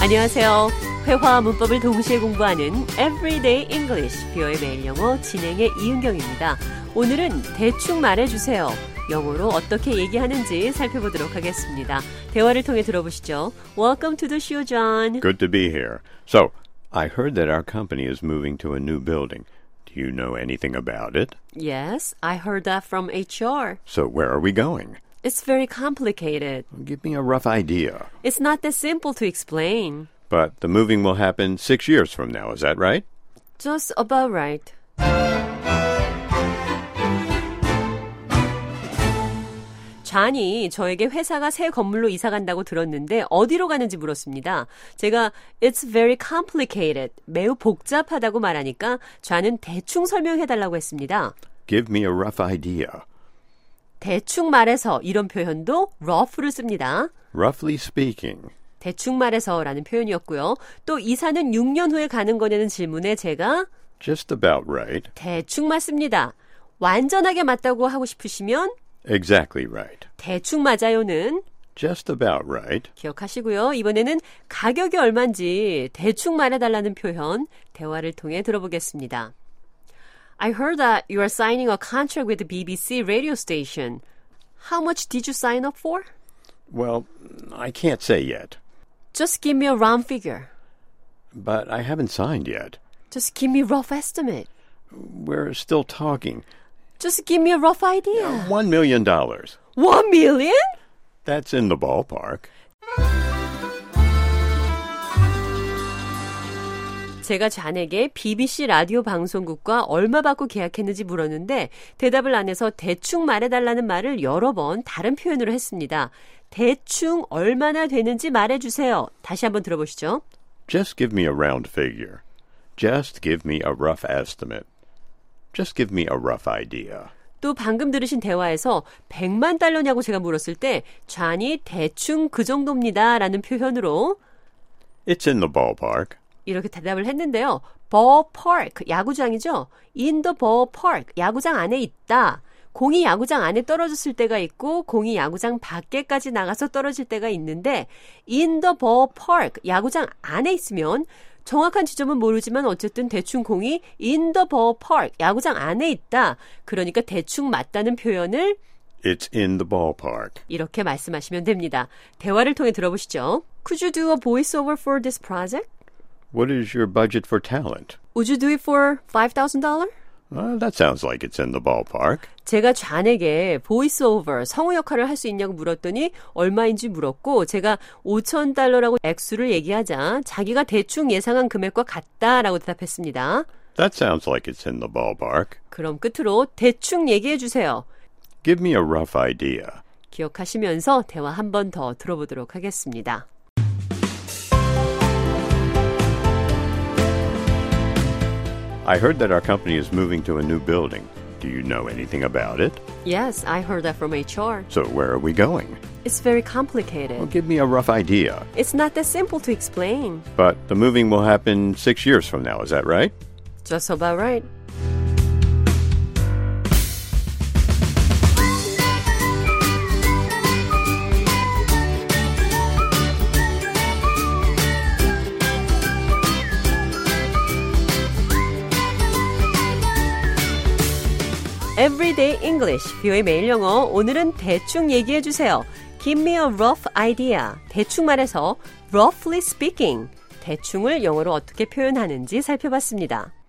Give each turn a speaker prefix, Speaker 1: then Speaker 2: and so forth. Speaker 1: 안녕하세요. 회화와 문법을 동시에 공부하는 Everyday English 비어의 매일 영어 진행의 이은경입니다. 오늘은 대충 말해주세요. 영어로 어떻게 얘기하는지 살펴보도록 하겠습니다. 대화를 통해 들어보시죠. Welcome to the show, John.
Speaker 2: Good to be here. So, I heard that our company is moving to a new building. Do you know anything about it?
Speaker 1: Yes, I heard that from HR.
Speaker 2: So, where are we going?
Speaker 1: It's very complicated.
Speaker 2: Give me a rough idea.
Speaker 1: It's not that simple to explain.
Speaker 2: But the moving will happen six years from now, is that right?
Speaker 1: Just about right. 잔이 저에게 회사가 새 건물로 이사 간다고 들었는데 어디로 가는지 물었습니다. 제가 It's very complicated. 매우 복잡하다고 말하니까 잔은 대충 설명해달라고 했습니다.
Speaker 2: Give me a rough idea.
Speaker 1: 대충 말해서 이런 표현도 rough를 씁니다.
Speaker 2: Roughly speaking.
Speaker 1: 대충 말해서 라는 표현이었고요. 또 이사는 6년 후에 가는 거냐는 질문에 제가
Speaker 2: Just about right.
Speaker 1: 대충 맞습니다. 완전하게 맞다고 하고 싶으시면
Speaker 2: Exactly right.
Speaker 1: 대충 맞아요는
Speaker 2: Just about right.
Speaker 1: 기억하시고요. 이번에는 가격이 얼만지 대충 말해달라는 표현 대화를 통해 들어보겠습니다. I heard that you are signing a contract with the BBC radio station. How much did you sign up for?
Speaker 2: Well, I can't say yet,
Speaker 1: Just give me a round figure.
Speaker 2: but I haven't signed yet.
Speaker 1: Just give me a rough estimate.
Speaker 2: We're still talking.
Speaker 1: Just give me a rough idea.
Speaker 2: One million dollars.
Speaker 1: One million?
Speaker 2: That's in the ballpark.
Speaker 1: 제가 잔에게 BBC 라디오 방송국과 얼마 받고 계약했는지 물었는데 대답을 안 해서 대충 말해달라는 말을 여러 번 다른 표현으로 했습니다. 대충 얼마나 되는지 말해주세요. 다시 한번 들어보시죠.
Speaker 2: Just give me a round figure. Just give me a rough estimate. Just give me a rough idea.
Speaker 1: 또 방금 들으신 대화에서 100만 달러냐고 제가 물었을 때 잔이 대충 그 정도입니다. 라는 표현으로
Speaker 2: It's in the ballpark.
Speaker 1: 이렇게 대답을 했는데요. ballpark 야구장이죠. in the ballpark 야구장 안에 있다. 공이 야구장 안에 떨어졌을 때가 있고 공이 야구장 밖에까지 나가서 떨어질 때가 있는데 in the ballpark 야구장 안에 있으면 정확한 지점은 모르지만 어쨌든 대충 공이 in the ballpark 야구장 안에 있다. 그러니까 대충 맞다는 표현을
Speaker 2: It's in the ballpark.
Speaker 1: 이렇게 말씀하시면 됩니다. 대화를 통해 들어보시죠. Could you do a voiceover for this project?
Speaker 2: What is your budget for talent?
Speaker 1: Would you do it for $5,000?
Speaker 2: Well, that sounds like it's in the ballpark.
Speaker 1: 제가 잔에게 보이스오버 성우 역할을 할 수 있냐고 물었더니 얼마인지 물었고 제가 5천 달러라고 액수를 얘기하자 자기가 대충 예상한 금액과 같다라고 대답했습니다.
Speaker 2: That sounds like it's in the ballpark.
Speaker 1: 그럼 끝으로 대충 얘기해 주세요.
Speaker 2: Give me a rough idea.
Speaker 1: 기억하시면서 대화 한 번 더 들어보도록 하겠습니다.
Speaker 2: I heard that our company is moving to a new building. Do you know anything about it?
Speaker 1: Yes, I heard that from HR.
Speaker 2: So, where are we going?
Speaker 1: It's very
Speaker 2: Well,
Speaker 1: complicated.
Speaker 2: give me a rough idea.
Speaker 1: It's not that simple to explain.
Speaker 2: But the moving will happen six years from now, is that right?
Speaker 1: Just about right. Everyday English, 뷰의 매일 영어. 오늘은 대충 얘기해 주세요. Give me a rough idea. 대충 말해서 roughly speaking. 대충을 영어로 어떻게 표현하는지 살펴봤습니다.